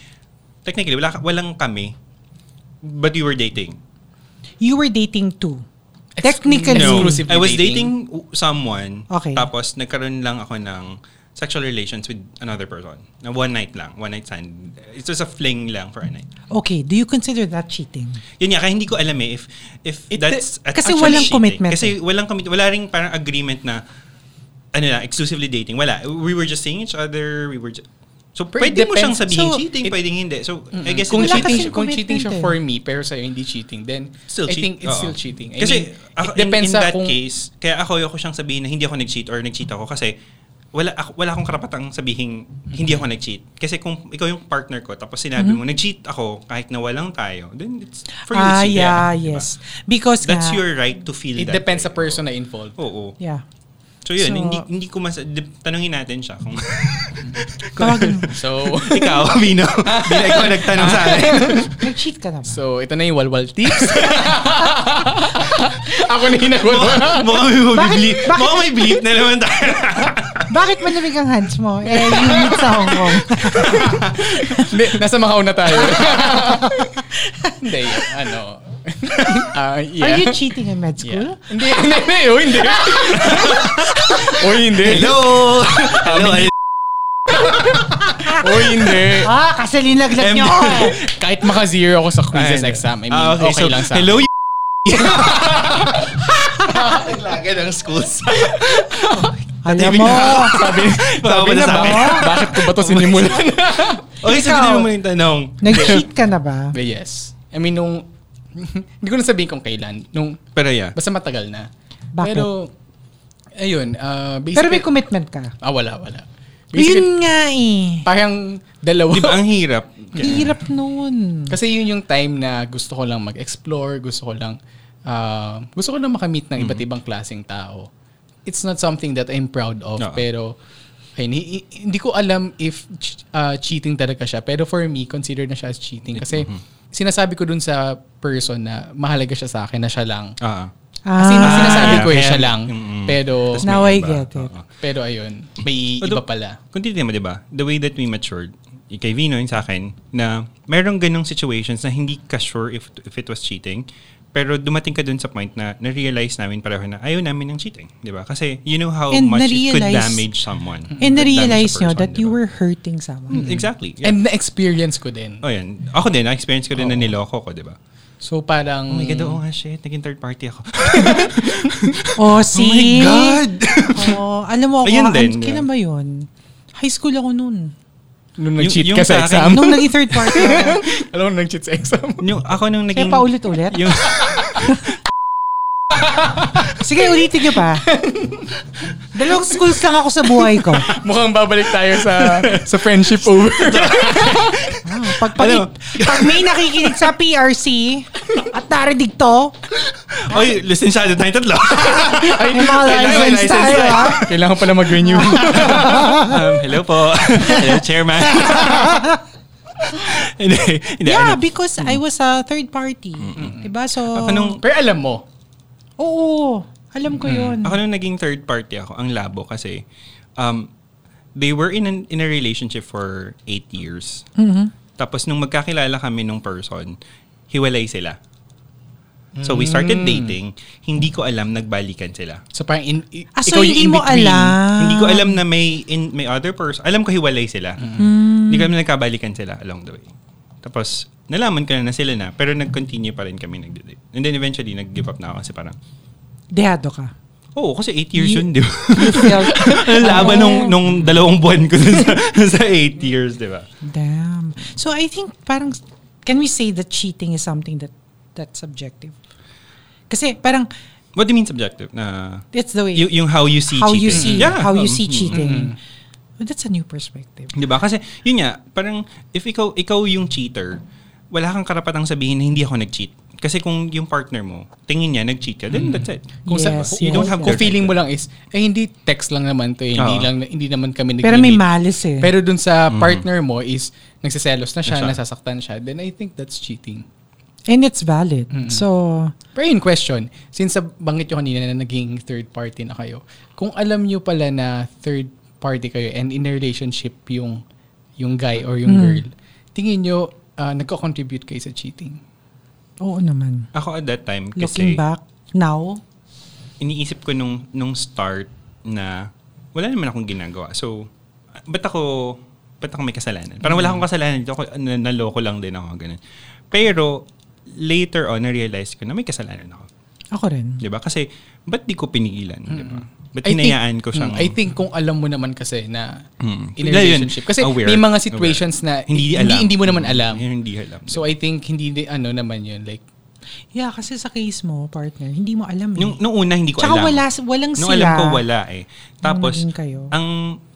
Speaker 3: Technically, wala, ka- walang kami. But we were dating.
Speaker 2: You were dating too. Technically.
Speaker 3: No,
Speaker 4: Exclusively
Speaker 3: I was
Speaker 4: dating?
Speaker 3: dating someone.
Speaker 2: Okay.
Speaker 3: Tapos nagkaroon lang ako ng sexual relations with another person. Na one night lang. One night stand. It was a fling lang for a night.
Speaker 2: Okay, do you consider that cheating?
Speaker 3: Yun nga, kaya hindi ko alam eh if, if
Speaker 4: It-
Speaker 3: that's at-
Speaker 2: kasi
Speaker 3: actually
Speaker 2: walang
Speaker 3: cheating.
Speaker 2: commitment
Speaker 3: Kasi
Speaker 2: eh.
Speaker 3: walang commitment. Wala rin parang agreement na ano na, exclusively dating. Wala. We were just seeing each other. We were just, So,
Speaker 4: Pero it
Speaker 3: pwede mo siyang
Speaker 4: depends.
Speaker 3: sabihin
Speaker 4: So,
Speaker 3: cheating,
Speaker 4: it-
Speaker 3: pwedeng hindi. So, I guess
Speaker 4: kung
Speaker 3: it
Speaker 2: Wala
Speaker 3: was
Speaker 4: cheating,
Speaker 2: cheating.
Speaker 4: siya, kung cheating siya
Speaker 2: commitment
Speaker 4: for
Speaker 2: eh.
Speaker 4: me pero sa'yo hindi cheating, then
Speaker 3: still
Speaker 4: I
Speaker 3: cheat.
Speaker 4: think it's
Speaker 3: Oo.
Speaker 4: still cheating. I
Speaker 3: Kasi
Speaker 4: mean,
Speaker 3: ako,
Speaker 4: it
Speaker 3: in, in
Speaker 4: depends sa
Speaker 3: that
Speaker 4: kung
Speaker 3: case, kaya ako ayoko siyang sabihin na hindi ako nag-cheat or nag-cheat ako kasi wala ako, wala akong karapatang sabihin hindi ako nag-cheat. Kasi kung ikaw yung partner ko tapos sinabi
Speaker 4: Mm-hmm.
Speaker 3: mo nag-cheat ako kahit na walang tayo, then it's for you
Speaker 2: ah,
Speaker 3: to cheat.
Speaker 2: yeah,
Speaker 3: diba?
Speaker 2: yes. Because
Speaker 3: That's
Speaker 2: nga-
Speaker 3: your right to feel
Speaker 4: it
Speaker 3: that.
Speaker 4: depends sa
Speaker 3: way.
Speaker 4: person na involved.
Speaker 3: Oo.
Speaker 2: Yeah.
Speaker 3: So yun,
Speaker 2: So-
Speaker 3: hindi, hindi ko mas... di- Tanungin natin siya kung...
Speaker 2: Tawagin mo.
Speaker 4: So,
Speaker 3: ikaw, Vino. Vino, ikaw nagtanong sa akin.
Speaker 2: Nag-cheat ka na ba?
Speaker 4: so ito na yung walwal tips. Ako na hinagot.
Speaker 3: Mukhang may bleep.
Speaker 2: bakit-
Speaker 3: Mukhang may bleep na naman tayo.
Speaker 2: Bakit malamig ang hands mo? Eh, you meet sa Hong Kong.
Speaker 4: Hindi, nasa Macau na tayo. Hindi, ano. Ah, yeah.
Speaker 2: Are you cheating in med school?
Speaker 4: Yeah. Hindi, hindi, hindi.
Speaker 3: Oh,
Speaker 4: Uy, hindi. Uy, hindi.
Speaker 3: Hello! Hello,
Speaker 4: Uy, hindi.
Speaker 2: Ah, kasi linaglag niyo ako eh.
Speaker 4: Kahit maka-zero ako sa quizzes
Speaker 3: Ayun.
Speaker 4: exam, I mean,
Speaker 3: Ah,
Speaker 4: okay,
Speaker 3: so,
Speaker 4: lang sa
Speaker 3: Hello, you Lagi ng schools.
Speaker 2: Alam mo,
Speaker 4: Sabi,
Speaker 3: Bawa
Speaker 4: sabi
Speaker 3: na
Speaker 4: na
Speaker 3: sa
Speaker 4: ba?
Speaker 3: akin.
Speaker 4: Bakit ko
Speaker 3: Oh
Speaker 4: ba ito sinimulan?
Speaker 3: Okay,
Speaker 2: Ikaw.
Speaker 3: sagutin mo muna yung tanong.
Speaker 2: nag-cheat ka na ba?
Speaker 4: But yes. I mean, nung, hindi ko na sabihin kung kailan. Nung,
Speaker 3: Pero yeah.
Speaker 4: basta matagal na.
Speaker 2: Bakit?
Speaker 4: Pero, ayun. ah,
Speaker 2: Pero may
Speaker 4: basically-
Speaker 2: commitment ka.
Speaker 4: Ah, wala, wala. Basically,
Speaker 2: Yun nga eh.
Speaker 4: parang dalawa.
Speaker 3: Di ba ang hirap?
Speaker 2: Hirap noon.
Speaker 4: Kasi yun yung time na gusto ko lang mag-explore, gusto ko lang ah, gusto ko lang makamit ng iba't
Speaker 3: Mm-hmm.
Speaker 4: ibang klaseng tao. It's not something that I'm proud of,
Speaker 3: Oo.
Speaker 4: pero ayun, hi- hi- hindi ko alam if ch- ah, cheating talaga siya. Pero for me, consider na siya as cheating kasi
Speaker 3: Mm-hmm.
Speaker 4: sinasabi ko dun sa person na mahalaga siya sa akin na siya lang.
Speaker 3: Ah.
Speaker 4: Kasi
Speaker 2: Ah,
Speaker 4: sinasabi
Speaker 3: yeah,
Speaker 4: ko eh,
Speaker 3: kaya-
Speaker 4: siya lang.
Speaker 3: Mm-mm.
Speaker 4: Pero
Speaker 3: Tas may
Speaker 2: Now I
Speaker 3: iba.
Speaker 2: get it.
Speaker 3: Oo.
Speaker 4: pero ayun, may
Speaker 3: Although,
Speaker 4: iba pala.
Speaker 3: Kung titignan mo, di ba? The way that we matured, y- kay Vino yung sa akin, na merong ganong situations na hindi ka sure if, if it was cheating. Pero dumating ka dun sa point na na-realize namin pareho na ayaw namin ng cheating. Di ba? Kasi you know how
Speaker 2: And
Speaker 3: much it could
Speaker 2: na-realize- Mm-hmm.
Speaker 3: damage someone.
Speaker 2: And
Speaker 3: Could damage a
Speaker 2: na-realize nyo
Speaker 3: person,
Speaker 2: that
Speaker 3: di
Speaker 2: you
Speaker 3: ba?
Speaker 2: were hurting someone.
Speaker 3: Exactly. Yeah.
Speaker 4: And na-experience ko din.
Speaker 3: Oh, yan. Ako din, na-experience ko din na niloko ko, di ba?
Speaker 2: Mm-hmm.
Speaker 4: So parang...
Speaker 3: Oh my God, oo nga, shit. Naging third party ako.
Speaker 2: Oh, see? Oo, alam mo ako,
Speaker 3: Ayun
Speaker 2: ang-
Speaker 3: din,
Speaker 2: kailan
Speaker 3: yeah.
Speaker 2: ba yun? High school ako noon.
Speaker 4: Nung
Speaker 3: Yung-
Speaker 4: nag-cheat
Speaker 3: yung
Speaker 4: ka sa
Speaker 3: sa akin,
Speaker 4: exam.
Speaker 2: Nung naging third party ako.
Speaker 4: Alam mo, nag-cheat sa exam.
Speaker 3: yung, ako nung
Speaker 2: Kaya
Speaker 3: naging...
Speaker 2: paulit-ulit.
Speaker 3: Yung,
Speaker 2: Sige, ulitin nyo pa. Dalawang schools lang ako sa buhay ko.
Speaker 4: Mukhang babalik tayo sa sa friendship over.
Speaker 2: Ah, pag, pag,
Speaker 3: Ano?
Speaker 2: pag may nakikinig sa PRC at narinig to,
Speaker 3: oy, lisensyado tayong tatlo.
Speaker 4: Ay,
Speaker 2: may mga
Speaker 3: Kailangan may
Speaker 2: license
Speaker 3: license
Speaker 2: tayo. ah.
Speaker 3: tayo.
Speaker 2: ha?
Speaker 4: Kailangan pala mag-renew.
Speaker 3: um, hello po. hello, chairman. hindi, hindi.
Speaker 2: Yeah,
Speaker 3: ano,
Speaker 2: because I was a third party. Diba? So,
Speaker 3: ako nung,
Speaker 4: Pero alam mo,
Speaker 2: oo, alam
Speaker 3: Mm.
Speaker 2: ko yun.
Speaker 3: ako nung naging third party ako, ang labo kasi, um, they were in, an, in a relationship for eight years. Tapos nung magkakilala kami nung person, hiwalay sila. So we started dating, hindi ko alam nagbalikan sila.
Speaker 4: so parang in, i-
Speaker 2: Ah, so
Speaker 4: ikaw yung
Speaker 2: hindi mo
Speaker 4: in-between.
Speaker 2: alam.
Speaker 3: Hindi ko alam na may in, may other person. Alam ko hiwalay sila. Hindi ko alam na nagkabalikan sila along the way. Tapos, nalaman ko na na sila na. Pero nag-continue pa rin kami nag-date. And then eventually, nag-give up na ako kasi parang,
Speaker 2: Dehado ka.
Speaker 3: oo, kasi eight years
Speaker 2: You-
Speaker 3: yun, di ba?
Speaker 2: You felt,
Speaker 3: Ang Laban nung, nung dalawang buwan ko dun sa, sa eight years, di ba?
Speaker 2: damn. So, I think parang, can we say that cheating is something that that's subjective? Kasi parang,
Speaker 3: What do you mean subjective? Na,
Speaker 2: that's the way.
Speaker 3: y- yung how you see
Speaker 2: how
Speaker 3: cheating.
Speaker 2: you see
Speaker 3: Yeah,
Speaker 2: how you
Speaker 3: um,
Speaker 2: see
Speaker 3: mm.
Speaker 2: cheating. Well, that's a new perspective.
Speaker 3: 'Di ba? Diba? Kasi yun nga, parang if ikaw ikaw yung cheater, wala kang karapatang sabihin na hindi ako nag-cheat. Kasi kung yung partner mo, tingin niya nag-cheat ka,
Speaker 4: Mm.
Speaker 3: then that's it.
Speaker 2: Yes,
Speaker 4: Kung sa, kung-
Speaker 2: you
Speaker 4: kung,
Speaker 2: don't have
Speaker 4: kung
Speaker 3: their
Speaker 4: feeling mo lang is, eh hindi text lang naman to, eh, hindi
Speaker 3: Oo.
Speaker 4: lang hindi naman kami nag
Speaker 2: Pero may malice eh.
Speaker 4: Pero dun sa partner mo is nagsiselos na siya,
Speaker 3: Siya.
Speaker 4: nasasaktan siya, then I think that's cheating.
Speaker 2: And it's valid. So,
Speaker 4: Pero yun, question. Since sa banggit nyo kanina na naging third party na kayo, kung alam nyo pala na third party kayo and in a relationship yung yung guy or yung girl, tingin nyo ah, uh, nagko-contribute kayo sa cheating?
Speaker 2: oo naman.
Speaker 3: Ako at that time
Speaker 2: Looking
Speaker 3: kasi
Speaker 2: back, Now,
Speaker 3: iniisip ko nung, nung start na wala naman akong ginagawa. So, ba't ako, ba't ako may kasalanan? Parang
Speaker 4: Mm.
Speaker 3: wala akong kasalanan dito. Ako, na- naloko lang din ako. Ganun. Pero, later on, na-realize ko na may kasalanan ako.
Speaker 2: ako rin.
Speaker 3: Di ba? Kasi, ba't di ko pinigilan? Di ba? Ba't
Speaker 4: Mm. I think-
Speaker 3: hinayaan ko siyang...
Speaker 4: Mm, I think kung alam mo naman kasi na
Speaker 3: Mm.
Speaker 4: in a
Speaker 3: Lalo yun,
Speaker 4: relationship. Kasi
Speaker 3: aware,
Speaker 4: may mga
Speaker 3: aware.
Speaker 4: situations na
Speaker 3: hindi,
Speaker 4: hindi,
Speaker 3: alam. Hmm.
Speaker 4: hindi, mo naman alam.
Speaker 3: Hindi, hindi alam.
Speaker 4: So I think hindi di- ano naman yun. Like,
Speaker 2: Yeah, kasi sa case mo, partner, hindi mo alam. Eh.
Speaker 3: Nung, nung una, hindi ko
Speaker 2: Tsaka
Speaker 3: alam.
Speaker 2: wala, walang
Speaker 3: nung
Speaker 2: sila.
Speaker 3: alam ko, wala eh. Tapos,
Speaker 2: naging kayo.
Speaker 3: ang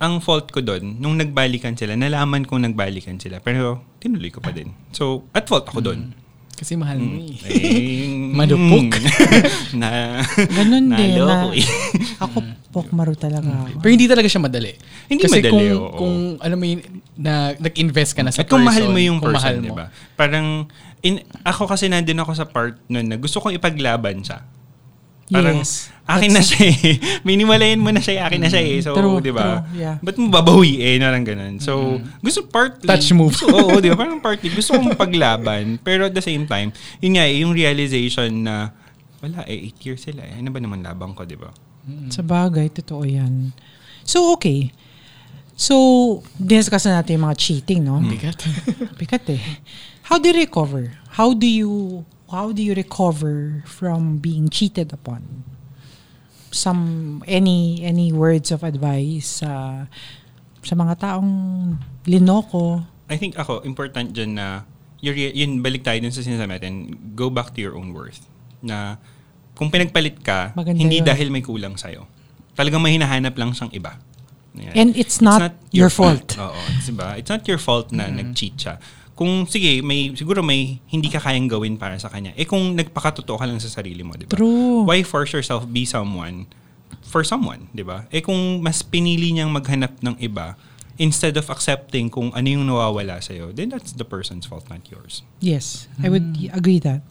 Speaker 3: ang fault ko doon, nung nagbalikan sila, nalaman kong nagbalikan sila. Pero, tinuloy ko pa din. So, at fault ako doon.
Speaker 4: kasi mahal mo eh.
Speaker 3: Eh, hmm.
Speaker 4: Madupok.
Speaker 3: na,
Speaker 2: Ganun din. Na,
Speaker 3: naloko eh. Mm.
Speaker 2: ako, pokmaro talaga ako.
Speaker 4: Pero hindi talaga siya madali.
Speaker 3: Hindi
Speaker 4: kasi
Speaker 3: madali,
Speaker 4: kung,
Speaker 3: oo.
Speaker 4: kung alam mo yun, na, nag-invest ka na sa
Speaker 3: At kung
Speaker 4: person.
Speaker 3: mahal mo yung
Speaker 4: kung mahal
Speaker 3: person,
Speaker 4: mo.
Speaker 3: di ba? Parang, in, ako kasi nandun ako sa part nun na gusto kong ipaglaban siya. Parang,
Speaker 2: Yes.
Speaker 3: akin na siya eh. Minimalayan mo na siya, akin na siya eh. So,
Speaker 2: True,
Speaker 3: di ba?
Speaker 2: true, yeah.
Speaker 3: Ba't mo babawiin? Parang ganun. So, gusto partly.
Speaker 4: Touch move.
Speaker 3: Gusto, oo, di ba? Parang partly. Gusto kong paglaban. Pero at the same time, yun nga eh, yung realization na, wala eh, 8 years sila eh. Ano ba naman labang ko, di ba?
Speaker 2: Sa bagay, totoo yan. So, okay. So, discuss na natin yung mga cheating, no?
Speaker 4: Bigat.
Speaker 2: Bigat eh. How do you recover? How do you how do you recover from being cheated upon? Some any any words of advice sa sa mga taong linoko?
Speaker 3: I think ako, important dyan na, yun, yun balik tayo dun sa sinasabi natin, go back to your own worth. Na, kung pinagpalit ka,
Speaker 2: Maganda
Speaker 3: hindi
Speaker 2: yun.
Speaker 3: dahil may kulang sa'yo. Talagang may hinahanap lang siyang iba. Ayan.
Speaker 2: And it's not your fault. Oh.
Speaker 3: Oo, diba? It's not your fault na nag-cheat siya. Kung sige, may siguro may hindi ka kayang gawin para sa kanya. Eh kung nagpakatotoo ka lang sa sarili mo, 'di ba?
Speaker 2: True.
Speaker 3: Why force yourself be someone for someone, 'di ba? Eh kung mas pinili niyang maghanap ng iba instead of accepting kung ano yung nawawala sa then that's the person's fault not yours.
Speaker 2: Yes, I would agree that.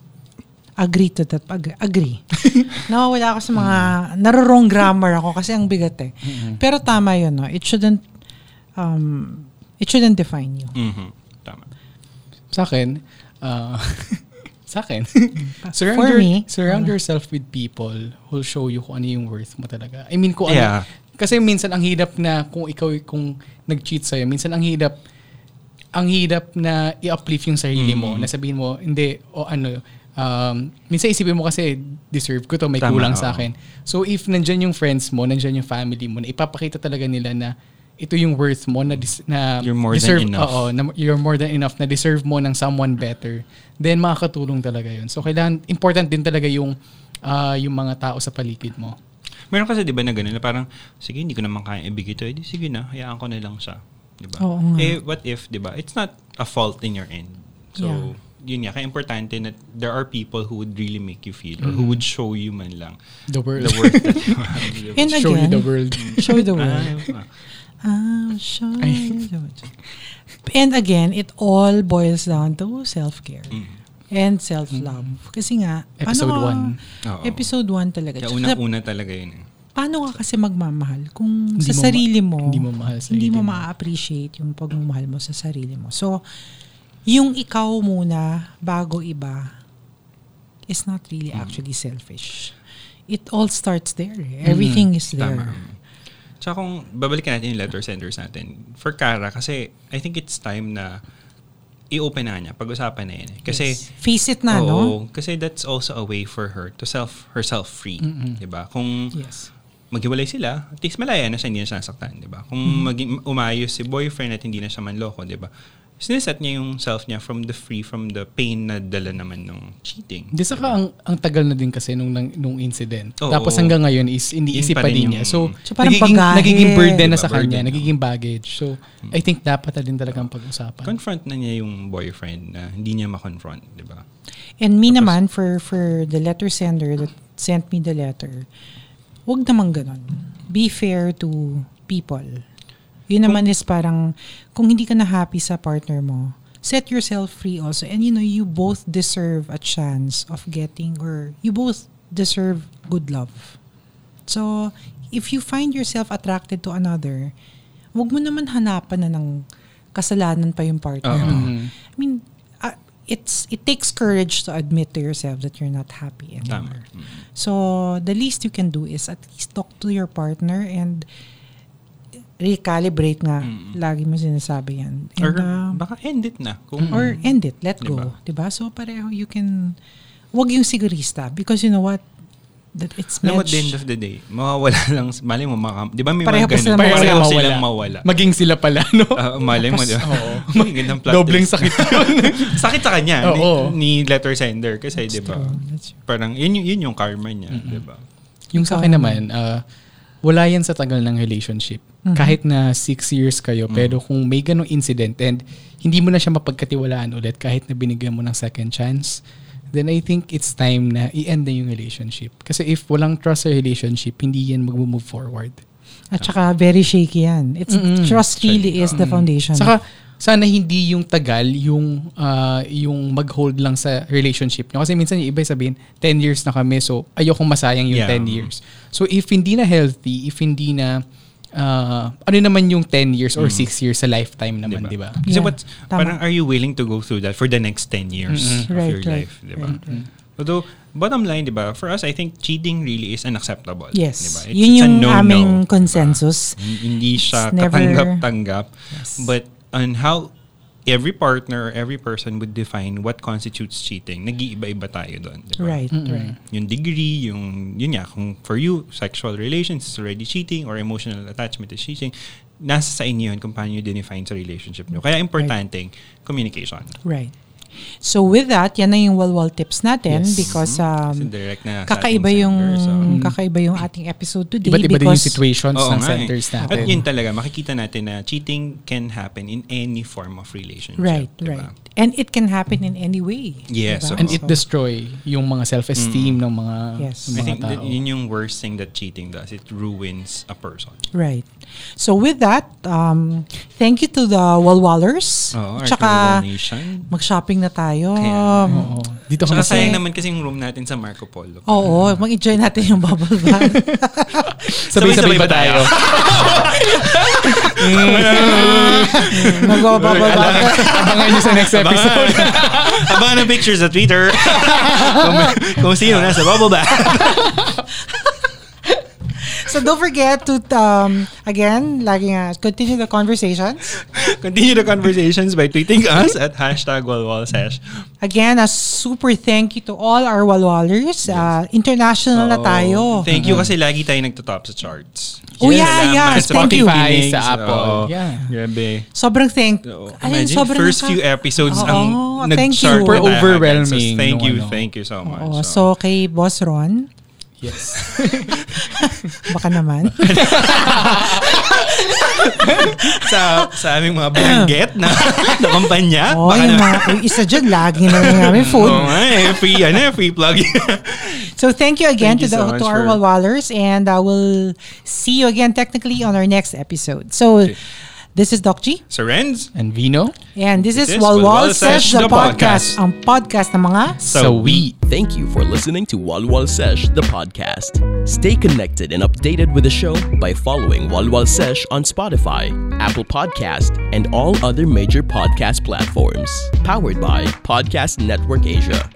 Speaker 2: Agree to that. Ag- agree. Nawawala ako sa mga, narorong grammar ako kasi ang bigat eh. Pero tama yun, no? It shouldn't, um, it shouldn't define you.
Speaker 3: Mhm. Tama.
Speaker 4: Sa akin, uh, sa akin, surround,
Speaker 2: For
Speaker 4: your-
Speaker 2: me, Ah.
Speaker 4: surround yourself with people who'll show you kung ano yung worth mo talaga. I mean, kung
Speaker 3: Yeah.
Speaker 4: ano. Kasi minsan ang hirap na kung ikaw kung nag-cheat sa'yo, minsan ang hirap ang hirap na i-uplift yung sarili
Speaker 3: Mm.
Speaker 4: mo. Na sabihin mo, hindi, o ano, um, minsan isipin mo kasi, deserve ko to, may
Speaker 3: Tama,
Speaker 4: kulang
Speaker 3: oo.
Speaker 4: sa akin. So if nandyan yung friends mo, nandyan yung family mo, na ipapakita talaga nila na ito yung worth mo na, dis- na
Speaker 3: You're more than
Speaker 4: deserve,
Speaker 3: enough.
Speaker 4: oo, na you're more than enough na deserve mo ng someone better, then makakatulong talaga yun. So, kailangan, important din talaga yung, ah, yung mga tao sa paligid mo.
Speaker 3: Meron kasi 'di ba na ganun na parang sige hindi ko naman kaya ibigay to, eh, di sige na, hayaan ko na lang siya, 'di ba?
Speaker 2: Oo nga.
Speaker 3: Eh what if 'di ba? It's not a fault in your end. So
Speaker 2: Yeah.
Speaker 3: yun nga, kaya importante na there are people who would really make you feel or
Speaker 2: Mm.
Speaker 3: who would show you man lang
Speaker 4: The world.
Speaker 3: the worth that you have.
Speaker 2: And
Speaker 4: Show you
Speaker 2: again,
Speaker 4: the world.
Speaker 2: show you the world.
Speaker 3: Ah,
Speaker 2: I'll show you the world. And again, it all boils down to self-care and self-love. Kasi nga, paano
Speaker 4: Episode
Speaker 2: ka-
Speaker 4: one.
Speaker 3: Oo.
Speaker 2: Episode 1 talaga.
Speaker 3: Kaya
Speaker 2: Tsaka
Speaker 3: unang-una talaga yun. eh.
Speaker 2: paano ka kasi magmamahal kung
Speaker 4: Hindi
Speaker 2: sa
Speaker 4: mo ma-
Speaker 2: sarili mo,
Speaker 4: hindi mo mahal sarili
Speaker 2: hindi mo
Speaker 4: mo.
Speaker 2: ma-appreciate yung pagmamahal mo sa sarili mo. So, yung ikaw muna bago iba is not really
Speaker 4: Hmm.
Speaker 2: actually selfish. It all starts there. eh. Everything is there.
Speaker 3: Tama. Tsaka kung babalikan natin yung letter senders natin, for Kara, kasi I think it's time na i-open na niya, pag-usapan na yun. eh. Kasi
Speaker 2: Face it na, no?
Speaker 3: Oo, kasi that's also a way for her to self herself free, 'di ba? Kung
Speaker 2: Yes.
Speaker 3: maghiwalay sila, at least malaya na siya hindi na siya nasaktan, 'di ba? Kung
Speaker 2: Mm-hmm.
Speaker 3: maging umayos si boyfriend at hindi na siya manloko, 'di ba? Siniset niya yung self niya from the free, from the pain na dala naman nung cheating.
Speaker 4: Di saka ang, ang tagal na din kasi nung, nang- nung incident.
Speaker 3: Oo.
Speaker 4: Tapos hanggang ngayon is iniisip
Speaker 3: Yun pa
Speaker 4: pa,
Speaker 3: rin
Speaker 4: din
Speaker 3: yung-
Speaker 4: niya. So,
Speaker 2: So, parang
Speaker 4: nagiging,
Speaker 2: bagahe.
Speaker 4: nagiging burden na
Speaker 3: Diba?
Speaker 4: sa kanya,
Speaker 3: Burden. Mm.
Speaker 4: nagiging baggage. So, I think dapat na din talagang pag-usapan.
Speaker 3: Confront na niya yung boyfriend na hindi niya ma-confront, 'di ba?
Speaker 2: And me naman, for, for the letter sender that sent me the letter, wag naman ganun. Be fair to people. Yun naman is parang, kung hindi ka na happy sa partner mo, set yourself free also. And you know, you both deserve a chance of getting, or you both deserve good love. So, if you find yourself attracted to another, wag mo naman hanapan na ng kasalanan pa yung partner
Speaker 3: Oo.
Speaker 2: mo. I mean, ah, it's it takes courage to admit to yourself that you're not happy anymore.
Speaker 3: Mm.
Speaker 2: So the least you can do is at least talk to your partner and recalibrate nga. Lagi mo sinasabi yan. And,
Speaker 3: Or
Speaker 2: uh,
Speaker 3: baka end it na. Kung,
Speaker 2: or end it, let go,
Speaker 3: Diba?
Speaker 2: 'di ba? So pareho you can wag yung sigurista because you know what that it's
Speaker 3: alam mo, at
Speaker 2: match.
Speaker 3: the end of the day, mawawala lang, mali mo, maka, di ba may
Speaker 2: Pareho pa
Speaker 3: mga ganun?
Speaker 2: silang mawala.
Speaker 3: Pareho silang mawala.
Speaker 4: Maging sila pala, no?
Speaker 3: Ah, malay mo, di ba?
Speaker 4: Oo.
Speaker 3: Ang gandang plot
Speaker 4: Dobleng
Speaker 3: twist.
Speaker 4: sakit yun.
Speaker 3: sakit sa kanya ni-
Speaker 4: Oo.
Speaker 3: ni, letter sender kasi di ba
Speaker 2: true. That's true.
Speaker 3: parang yun, yung- yun yung karma niya di ba
Speaker 4: Yung sa akin naman, ah, wala yan sa tagal ng relationship. Kahit na six years kayo, pero kung may ganong incident and hindi mo na siya mapagkatiwalaan ulit kahit na binigyan mo ng second chance, then I think it's time na i-end na yung relationship. Kasi if walang trust sa relationship, hindi yan mag-move forward.
Speaker 2: At saka very shaky yan. It's trust really is the foundation.
Speaker 4: Saka sana hindi yung tagal yung ah, yung mag-hold lang sa relationship nyo. Kasi minsan yung iba sabihin, 10 years na kami so ayokong masayang yung
Speaker 3: Yeah.
Speaker 4: 10 years. So if hindi na healthy, if hindi na ah, ano naman yung 10 years
Speaker 3: Mm.
Speaker 4: or 6 years sa lifetime naman, diba? di ba?
Speaker 3: kasi
Speaker 2: Yeah,
Speaker 3: what's
Speaker 2: tama.
Speaker 3: parang are you willing to go through that for the next 10 years of
Speaker 2: Right,
Speaker 3: your
Speaker 2: right,
Speaker 3: life di ba although bottom line di ba for us I think cheating really is unacceptable di ba
Speaker 2: yes. Yun
Speaker 3: It's- it's a
Speaker 2: yung
Speaker 3: no-no,
Speaker 2: aming
Speaker 3: di ba?
Speaker 2: consensus.
Speaker 3: Hin- hindi
Speaker 2: It's
Speaker 3: siya
Speaker 2: never-
Speaker 3: katanggap-tanggap but on how every partner every person would define what constitutes cheating nag-iiba-iba tayo doon di ba
Speaker 2: Right, right.
Speaker 3: yung degree, yung yun nga, kung for you, sexual relations is already cheating or emotional attachment is cheating, nasa sa inyo yun kung paano nyo define sa relationship nyo. Kaya importante yung communication.
Speaker 2: Right. So with that, yan na yung walwal tips natin
Speaker 4: Yes. Mm-hmm.
Speaker 2: because um,
Speaker 3: Mhm. Kasi direct na sa
Speaker 2: kakaiba
Speaker 3: ating
Speaker 2: yung Mm,
Speaker 3: sender, so-
Speaker 2: kakaiba yung ating episode today
Speaker 4: Iba't iba din yung
Speaker 2: because
Speaker 4: situations
Speaker 3: Oo
Speaker 4: ng
Speaker 3: nga eh.
Speaker 4: centers natin.
Speaker 3: At yun talaga, makikita natin na cheating can happen in any form of relationship.
Speaker 2: right,
Speaker 3: diba?
Speaker 2: right. And it can happen in any way.
Speaker 3: Yes,
Speaker 2: diba?
Speaker 3: oo. Mm.
Speaker 4: And it destroy yung mga self-esteem ng mga,
Speaker 2: Yes.
Speaker 3: I
Speaker 4: ng mga
Speaker 3: think
Speaker 4: tao.
Speaker 3: that yun yung worst thing that cheating does. It ruins a person.
Speaker 2: Right. So with that, um, thank you to the Walwalers.
Speaker 3: Oo, our
Speaker 2: Tsaka,
Speaker 3: global nation.
Speaker 2: mag-shopping na tayo. Mm.
Speaker 3: Kaya-
Speaker 4: Oo. Dito
Speaker 3: Tsaka
Speaker 4: kami sa...
Speaker 3: sayang naman kasi yung room natin sa Marco Polo.
Speaker 2: Oo, mag-enjoy natin yung bubble bath.
Speaker 4: Sabay-sabay ba tayo?
Speaker 2: Mag-bubble bath.
Speaker 4: Abangan nyo sa next episode.
Speaker 3: Abangan ng pictures sa Twitter. kung, kung sino nasa bubble bath.
Speaker 2: So don't forget to, um, again, lagi nga, continue the conversations.
Speaker 3: Continue the conversations by tweeting us at hashtag walwalsesh.
Speaker 2: Again, a super thank you to all our Walwalers. Uh, international na tayo.
Speaker 3: Oh, Thank you kasi lagi tayo nagtotop sa charts.
Speaker 2: Oh, yeah, yeah.
Speaker 3: Salamat
Speaker 2: Thank you.
Speaker 4: Spotify,
Speaker 3: pakikinig.
Speaker 4: sa Apple.
Speaker 3: Oo.
Speaker 4: Yeah.
Speaker 3: Grabe.
Speaker 2: Sobrang thank Ayun,
Speaker 3: Oo. Oh, Imagine,
Speaker 2: sobrang
Speaker 3: first
Speaker 2: naka-
Speaker 3: few episodes
Speaker 2: Oo,
Speaker 3: ang
Speaker 2: thank you.
Speaker 3: nag-chart.
Speaker 4: Super
Speaker 3: na tayo.
Speaker 4: overwhelming
Speaker 3: So, thank
Speaker 4: nung
Speaker 3: you,
Speaker 4: ano.
Speaker 3: thank you so much.
Speaker 2: Oo, Oh, so kay Boss Ron,
Speaker 4: yes.
Speaker 2: baka naman.
Speaker 3: sa, sa aming mga blanket na, na kampanya.
Speaker 2: Oo,
Speaker 3: baka
Speaker 2: yung
Speaker 3: na-
Speaker 2: mga yung isa dyan, lagi na lang namin food.
Speaker 3: Oo nga eh, free, ano, eh, free plug.
Speaker 2: So thank you again
Speaker 3: Thank you
Speaker 2: to,
Speaker 3: so
Speaker 2: the,
Speaker 3: much
Speaker 2: to our
Speaker 3: for-
Speaker 2: Walwalers and I will see you again technically on our next episode. So this is Doc G
Speaker 3: so, Renz,
Speaker 4: And Vino?
Speaker 2: and this, is
Speaker 3: This is
Speaker 2: Walwal
Speaker 3: Walwal
Speaker 2: Sesh
Speaker 3: Sesh,
Speaker 2: the
Speaker 3: the
Speaker 2: podcast.
Speaker 3: podcast.
Speaker 2: Ang podcast ng mga
Speaker 4: So, we.
Speaker 1: Thank you for listening to Walwal Sesh, the podcast. Stay connected and updated with the show by following Walwal Sesh on Spotify, Apple Podcast, and all other major podcast platforms. Powered by Podcast Network Asia.